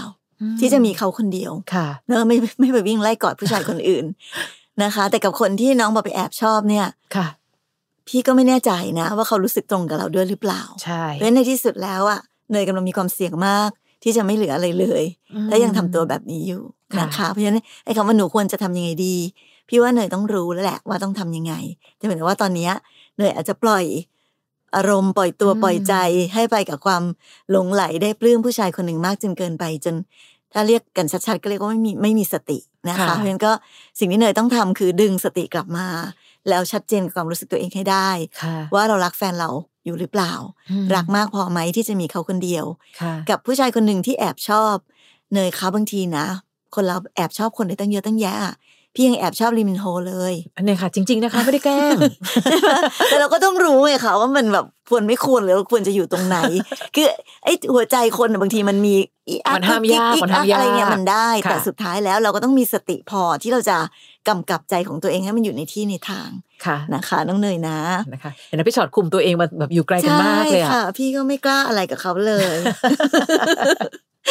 [SPEAKER 1] ที่จะมีเขาคนเดียว
[SPEAKER 2] ค่ะ
[SPEAKER 1] เนอะไม่ไม่ไปวิ่งไล่กอดผู้ชายคนอื่น นะคะ แต่กับคนที่น้องบอกไปแอบชอบเนี่ย
[SPEAKER 2] ค่ะ
[SPEAKER 1] พี่ก็ไม่แน่ใจนะ ว่าเขารู้สึกตรงกับเราด้วยหรือเปล่า
[SPEAKER 2] ใช่
[SPEAKER 1] เพราะฉะนั้นในที่สุดแล้วอ่ะเนยกำลังมีความเสี่ยงมาก ที่จะไม่เหลืออะไรเลย
[SPEAKER 2] อืม
[SPEAKER 1] ถ้ายังทำตัวแบบนี้อยู่
[SPEAKER 2] ค่ะ
[SPEAKER 1] นะคะ เพราะฉะนั้นไอ้คำว่าหนูควรจะทำยังไงดี พี่ว่าเนยต้องรู้แล้วแหละว่าต้องทำยังไง แต่เหมือนว่าตอนเนี้ยเนยอาจจะปล่อยอารมณ์ปล่อยตัว
[SPEAKER 2] อืม
[SPEAKER 1] ปล่อยใจให้ไปกับความหลงไหลได้ปลื้มผู้ชายคนหนึ่งมากจนเกินไปจน ถ้าเรียกกันชัดๆก็เรียกว่าไม่มีไม่มีสตินะคะ
[SPEAKER 2] ค่ะ
[SPEAKER 1] เพราะฉะนั้นก็สิ่งที่เนยต้องทำคือดึงสติกลับมา แล้วชัดเจนกับความรู้สึกตัวเองให้ได้
[SPEAKER 2] ค่ะ
[SPEAKER 1] ว่าเรารักแฟนเราอยู่หรือเปล่า
[SPEAKER 2] อืม
[SPEAKER 1] รักมากพอไหมที่จะมีเขาคนเดียว
[SPEAKER 2] ค่ะ
[SPEAKER 1] กับผู้ชายคนหนึ่งที่แอบชอบ เนยเขาบางทีนะ คนเราแอบชอบคนได้ตั้งเยอะตั้งแยะอะพี่ยังแอบชอบลิมินโฮเลย
[SPEAKER 2] อันนี้ค่ะ จริง ๆ นะคะไม่ได้แกล้ง
[SPEAKER 1] แต่เราก็ต้องรู้ไงคะว่ามันแบบควรไม่ควรหรือเราควรจะอยู่ตรงไหน คือไอ้หัวใจคนน่ะบางทีมันมีอีอัก
[SPEAKER 2] มันห้ามยาก
[SPEAKER 1] อี
[SPEAKER 2] มัน
[SPEAKER 1] อั
[SPEAKER 2] ห้ามยาก
[SPEAKER 1] อะไรเงี้ยมันได้
[SPEAKER 2] ค่ะ
[SPEAKER 1] แต่สุดท้ายแล้วเราก็ต้องมีสติพอที่เราจะกำกับใจของตัวเองให้มันอยู่ในที่ในทาง
[SPEAKER 2] ค่ะ
[SPEAKER 1] นะคะน้องเนยนะ
[SPEAKER 2] นะคะเห็นไหมพี่ชอดคุมตัวเองมาแบบอยู่ไกลกันมากเลย
[SPEAKER 1] ใช่
[SPEAKER 2] อะ
[SPEAKER 1] ค่ะ พี่ก็ไม่กล้าอะไรกับเขาเลย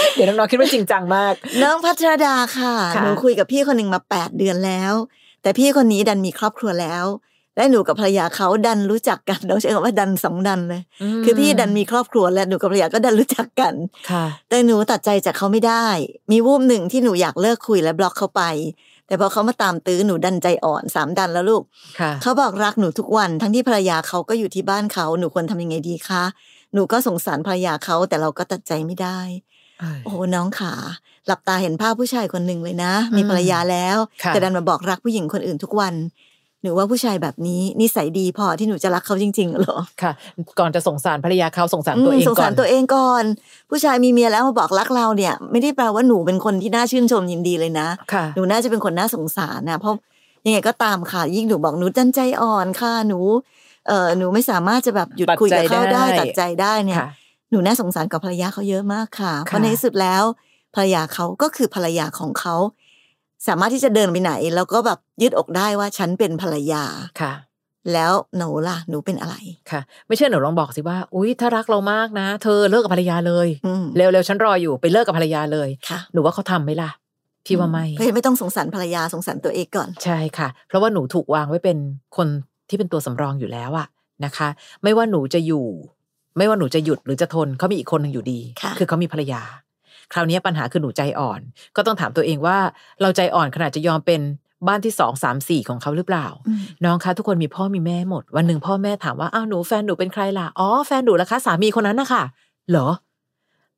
[SPEAKER 2] เดี๋ยวน้องๆคิดว่าจริงจังมาก
[SPEAKER 1] น้องพัทรดาค่ะ
[SPEAKER 2] ค่ะ
[SPEAKER 1] หนูคุยกับพี่คนหนึ่งมาแปดเดือนแล้ว แต่พี่คนนี้ดันมีครอบครัวแล้ว และหนูกับภรรยาเขาดันรู้จักกันเราใช้คำว่าดันสองดันเลย
[SPEAKER 2] ม
[SPEAKER 1] คือพี่ดันมีครอบครัวและหนูกับภรรยาก็ดันรู้จักกัน
[SPEAKER 2] ค่ะ
[SPEAKER 1] แต่หนูตัดใจจากเขาไม่ได้ มีวูบหนึ่งที่หนูอยากเลิกคุยและบล็อกเขาไป แต่พอเขามาตามตื้อหนูดันใจอ่อนสามดันแล้วลูก
[SPEAKER 2] ค่ะ
[SPEAKER 1] เขาบอกรักหนูทุกวันทั้งที่ภรรยาเขาก็อยู่ที่บ้านเขาหนูควรทำยังไงดีคะหนูก็สงสารภรรยาเขาแต่เราก็ตัดใจไม่ได้ โอ้โหน้องขาหลับตาเห็นภาพผู้ชายคนหนึ่งเลยนะ มี
[SPEAKER 2] อืม
[SPEAKER 1] ภรรยาแล้ว
[SPEAKER 2] ค่ะ
[SPEAKER 1] แต่ดันมาบอกรักผู้หญิงคนอื่นทุกวัน หนูว่าผู้ชายแบบนี้นิสัยดีพอที่หนูจะรักเขาจริงๆเหรอ
[SPEAKER 2] ค่ะ ก่อนจะสงสารภรรยาเขาสงสารตัวเอง
[SPEAKER 1] มสง
[SPEAKER 2] ก่
[SPEAKER 1] สา
[SPEAKER 2] อ
[SPEAKER 1] ร
[SPEAKER 2] น
[SPEAKER 1] ตัวเองก่อน ผู้ชายมีเมียแล้วมาบอกรักเราเนี่ย ไม่ได้แปลว่าหนูเป็นคนที่น่าชื่นชมยินดีเลยนะ
[SPEAKER 2] ค่ะ
[SPEAKER 1] หนูน่าจะเป็นคนน่าสงสารนะเพราะยังไงก็ตามค่ะ ยิ่งหนูบอกหนูจันใจอ่อนค่ะหนูเออหนูไม่สามารถจะแบบหยุด
[SPEAKER 2] ตัด
[SPEAKER 1] คุยกับ
[SPEAKER 2] ใจ
[SPEAKER 1] เขาได้
[SPEAKER 2] ได้
[SPEAKER 1] ตัดใจได้เนี่ย
[SPEAKER 2] ค่ะ
[SPEAKER 1] หนูน่าสงสารกับภรรยาเขาเยอะมากค่ะ เพ
[SPEAKER 2] ค่ะ
[SPEAKER 1] ราะในที่สุดแล้วภรรยาเขาก็คือภรรยาของเขา สามารถที่จะเดินไปไหน แล้วก็แบบยืดอกได้ว่าฉันเป็นภรรยา
[SPEAKER 2] ค่ะ
[SPEAKER 1] แล้วหนูล่ะหนูเป็นอะไร
[SPEAKER 2] ค่ะ ไม่เชื่อหนูลองบอกสิว่า อุ๊ย ถ้ารักเรามากนะ เธอเลิกกับภรรยาเลย
[SPEAKER 1] อืม
[SPEAKER 2] เร็วๆ ฉันรออยู่ไปเลิกกับภรรยาเลย
[SPEAKER 1] ค่ะ
[SPEAKER 2] หนูว่าเขาทำไหมล่ะ พี่ว่าไม่
[SPEAKER 1] เพราะฉะนั้นไม่ต้องสงสารภรรยาสงสารตัวเองก่อน
[SPEAKER 2] ใช่ค่ะ เพราะว่าหนูถูกวางไว้เป็นคนที่เป็นตัวสำรองอยู่แล้วอะนะคะ ไม่ว่าหนูจะอยู่ ไม่ว่าหนูจะหยุดหรือจะทนเขามีอีกคนหนึ่งอยู่ดี
[SPEAKER 1] ค่ะ
[SPEAKER 2] อเขามีภรรยา คราวนี้ปัญหาคือหนูใจอ่อน ก็ต้องถามตัวเองว่า เราใจอ่อนขนาดจะยอมเป็นบ้านที่สองสามสี่ของเขาหรือเปล่า
[SPEAKER 1] อืม
[SPEAKER 2] น้องคะทุกคนมีพ่อมีแม่หมด วันหนึ่งพ่อแม่ถามว่าอ้าวหนูแฟนหนูเป็นใครล่ะอ๋อแฟนหนูละคะสามีคนนั้นนะคะเหรอ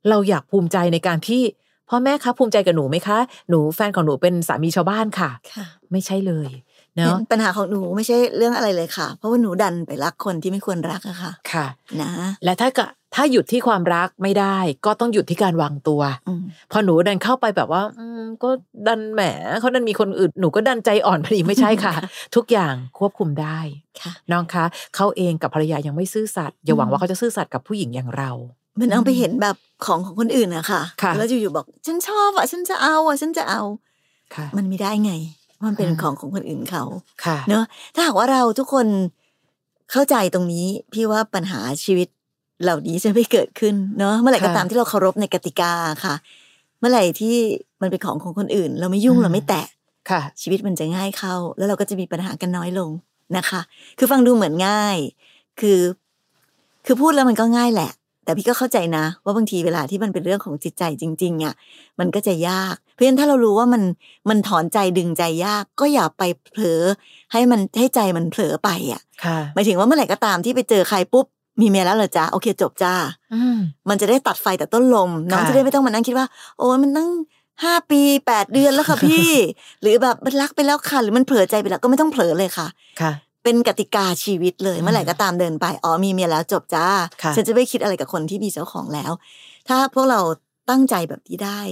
[SPEAKER 2] เราอยากภูมิใจในการที่พ่อแม่คะภูมิใจกับหนูไหมคะ หนูแฟนของหนูเป็นสามีชาวบ้านค่ะ
[SPEAKER 1] ค่ะ
[SPEAKER 2] ไม่ใช่เลย
[SPEAKER 1] เห็
[SPEAKER 2] เนาะ
[SPEAKER 1] นปัญหาของหนูไม่ใช่เรื่องอะไรเลยค่ะ เพราะว่าหนูดันไปรักคนที่ไม่ควรรักอะค่ะ
[SPEAKER 2] ค่ะ
[SPEAKER 1] นะ
[SPEAKER 2] และถ้าก็ถ้าหยุดที่ความรักไม่ได้ ก็ต้องหยุดที่การวางตัว
[SPEAKER 1] อืม
[SPEAKER 2] พอหนูดันเข้าไปแบบว่า อืมก็ดันแหมเขาดันมีคนอื่นหนูก็ดันใจอ่อนพอดีไม่ใช่ ค่ะ ทุกอย่างควบคุมได้
[SPEAKER 1] ค่ะ
[SPEAKER 2] น้องคะเขาเองกับภรรยายังไม่ซื่อสัตย์อย่าหวังว่าเขาจะซื่อสัตย์กับผู้หญิงอย่างเรา
[SPEAKER 1] มันเอาไปเห็นแบบของของคนอื่นอะค่ะ
[SPEAKER 2] ค่ะ
[SPEAKER 1] แล้วอยู่ๆบอก ฉันชอบอะฉันจะเอาอะฉันจะเอา
[SPEAKER 2] ค่ะ
[SPEAKER 1] มันไม่ได้ไง มันเป็น
[SPEAKER 2] อืม
[SPEAKER 1] ของของคนอื่นเขา
[SPEAKER 2] ค่ะ
[SPEAKER 1] เนอะถ้าหากว่าเราทุกคนเข้าใจตรงนี้ พี่ว่าปัญหาชีวิตเหล่านี้จะไม่เกิดขึ้นเนอะเมื่อไหร่ก็
[SPEAKER 2] ค่ะ
[SPEAKER 1] ตามที่เราเคารพในกติกาค่ะ เมื่อไหร่ที่มันเป็นของของคนอื่น เราไม่ยุ่ง
[SPEAKER 2] อืม
[SPEAKER 1] เราไม่แตะ
[SPEAKER 2] ค่ะ
[SPEAKER 1] ชีวิตมันจะง่ายเข้า แล้วเราก็จะมีปัญหากันน้อยลงนะคะ คือฟังดูเหมือนง่าย คือ คือพูดแล้วมันก็ง่ายแหละ แต่พี่ก็เข้าใจนะ ว่าบางทีเวลาที่มันเป็นเรื่องของจิตใจจริงๆอ่ะ มันก็จะยาก เพราะฉะนั้นถ้าเรารู้ว่ามันมันถอนใจดึงใจยาก ก็อย่าไปเผลอให้มันให้ใจมันเผลอไปอ่ะ
[SPEAKER 2] ค่ะ
[SPEAKER 1] หมายถึงว่าเมื่อไหร่ก็ตามที่ไปเจอใครปุ๊บมีเมียแล้วเหรอจ้าโอเคจบจ้า
[SPEAKER 2] อืม
[SPEAKER 1] มันจะได้ตัดไฟแต่ต้นลมน้อง
[SPEAKER 2] ค่ะ
[SPEAKER 1] จะได้ไม่ต้องมานั่งคิดว่า โอ้ยมันนั่งห้าปีแปดเดือน แล้วค่ะพี่ หรือแบบมันรักไปแล้วค่ะ หรือมันเผลอใจไปแล้วก็ไม่ต้องเผลอเลยค่ะ
[SPEAKER 2] ค่ะ
[SPEAKER 1] เป็นกติกาชีวิตเลย
[SPEAKER 2] อืม
[SPEAKER 1] เมื่อไหร่ก็ตามเดินไปอ๋อมีเมียแล้วจบจ้า
[SPEAKER 2] ค่ะ
[SPEAKER 1] ฉันจะไม่คิดอะไรกับคนที่มีเจ้าของแล้ว ถ้าพวกเราตั้งใจแบบนี้ได้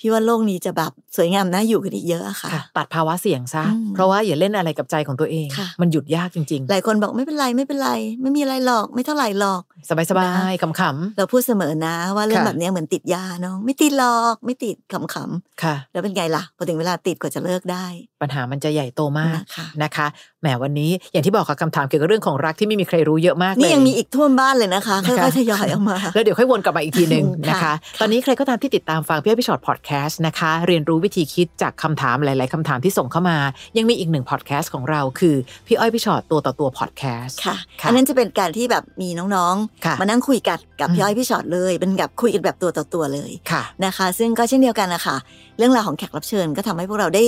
[SPEAKER 1] พี่ว่าโลกนี้จะแบบสวยงามน่าอยู่กันอีกเยอะอะค่ะ
[SPEAKER 2] ค่ะ ตัดภาวะเสี่ยงซะ
[SPEAKER 1] อืม
[SPEAKER 2] เพราะว่าอย่าเล่นอะไรกับใจของตัวเอง
[SPEAKER 1] ค่ะ
[SPEAKER 2] มันหยุดยากจริง
[SPEAKER 1] หลายคนบอกไม่เป็นไรไม่เป็นไร ไม่มีอะไรหรอกไม่เท่าไหร่หรอก
[SPEAKER 2] ๆ สบายๆขำ
[SPEAKER 1] เราพูดเสมอนะ ว่าเรื่อง
[SPEAKER 2] ค่ะ
[SPEAKER 1] แบบนี้เหมือนติดยาน้องไม่ติดหรอกไม่ติดขำ
[SPEAKER 2] ๆค่ะ
[SPEAKER 1] ๆแล้วเป็นไงล่ะพอถึงเวลาติดกว่าจะเลิกได้
[SPEAKER 2] ปัญหามันจะใหญ่โตมาก
[SPEAKER 1] นะคะ
[SPEAKER 2] นะคะ แหมวันนี้อย่างที่บอกค่ะคำถามเกี่ยวกับเรื่องของรักที่ไม่มีใครรู้เยอะมากเลย
[SPEAKER 1] นี่ยังมีอีกท่วมบ้านเลยนะคะ
[SPEAKER 2] นะ
[SPEAKER 1] ค่อ
[SPEAKER 2] คะ
[SPEAKER 1] ยๆทยอยออกมา
[SPEAKER 2] แล้วเดี๋ยวค่อยวนกลับมาอีกทีหนึ่ง
[SPEAKER 1] ค่ะ
[SPEAKER 2] นะคะ ตอนนี้ใครก็ตามที่ติดตามฟังพี่อ้อยพี่ชอตพอดแ แคสต์นะคะ เรียนรู้วิธีคิดจากคำถามหลาย ๆคำถามที่ส่งเข้ามา ยังมีอีกหนึ่งพอดแคสต์ของเราคือพี่อ้อยพี่ชอตตัวต่อตัวพอดแคสต์
[SPEAKER 1] ค่ะ
[SPEAKER 2] ค่ะ
[SPEAKER 1] อันนั้นจะเป็นการที่แบบมีน้อง
[SPEAKER 2] ค่ะ
[SPEAKER 1] ๆ มานั่งคุยกันกับ
[SPEAKER 2] อืม
[SPEAKER 1] พี่อ้อยพี่ชอตเลย เป็นแบบคุยกันแบบตัวต่อตัวเลย
[SPEAKER 2] ค่ะ
[SPEAKER 1] นะคะ ซึ่งก็เช่นเดียวกันนะคะเรื่องราวของแขกรับเชิญก็ทำให้พวกเราได้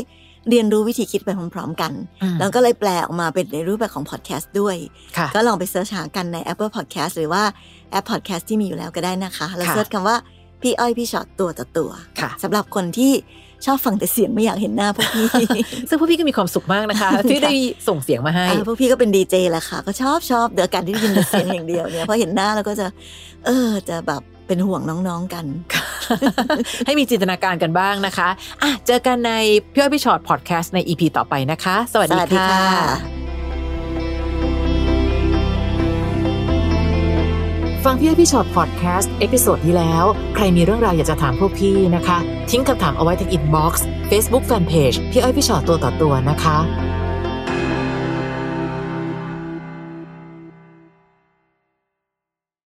[SPEAKER 1] เรียนรู้วิธีคิดไปพร้อมๆกัน แล้วก็เลยแปลออกมาเป็นในรูปแบบของพอดแคสต์ด้วย
[SPEAKER 2] ค่ะ
[SPEAKER 1] ก็ลองไปเสิร์ชหากันใน Apple Podcast หรือว่าแอป Podcast ที่มีอยู่แล้วก็ได้นะคะ แล้ว
[SPEAKER 2] ค่ะ
[SPEAKER 1] เสิร์ชคำว่าพี่อ้อยพี่ชอตตัวต่อตัว
[SPEAKER 2] ค่ะ
[SPEAKER 1] สำหรับคนที่ชอบฟังแต่เสียงไม่อยากเห็นหน้าพวกพี่
[SPEAKER 2] ซึ่งพวกพี่ก็มีความสุขมากนะคะ ที่ได้ส่งเสียงมาให้
[SPEAKER 1] อ่าพวกพี่ก็เป็นดีเจแหละค่ะ ก็ชอบชอบเดี๋ยวการที่ได้ยินแต่เสียงอย่างเดียวเนี่ยพอเห็นหน้าแล้วก็จะ เออจะแบบเป็นห่วงน้องๆกัน
[SPEAKER 2] ให้มีจินตนาการกันบ้างนะคะอ่ะเจอกันในพี่อ้อยพี่ชอตพอดแคสต์ใน EP ต่อไปนะคะ สวัสดีค่ะ ฟังพี่อ้อยพี่ชอตพอดแคสต์เอพิโซดที่แล้ว ใครมีเรื่องราวอยากจะถามพวกพี่นะคะ ทิ้งคำถามเอาไว้ที่อินบ็อกซ์เฟซบุ๊กแฟนเพจพี่อ้อยพี่ชอตตัวต่อตัวนะคะ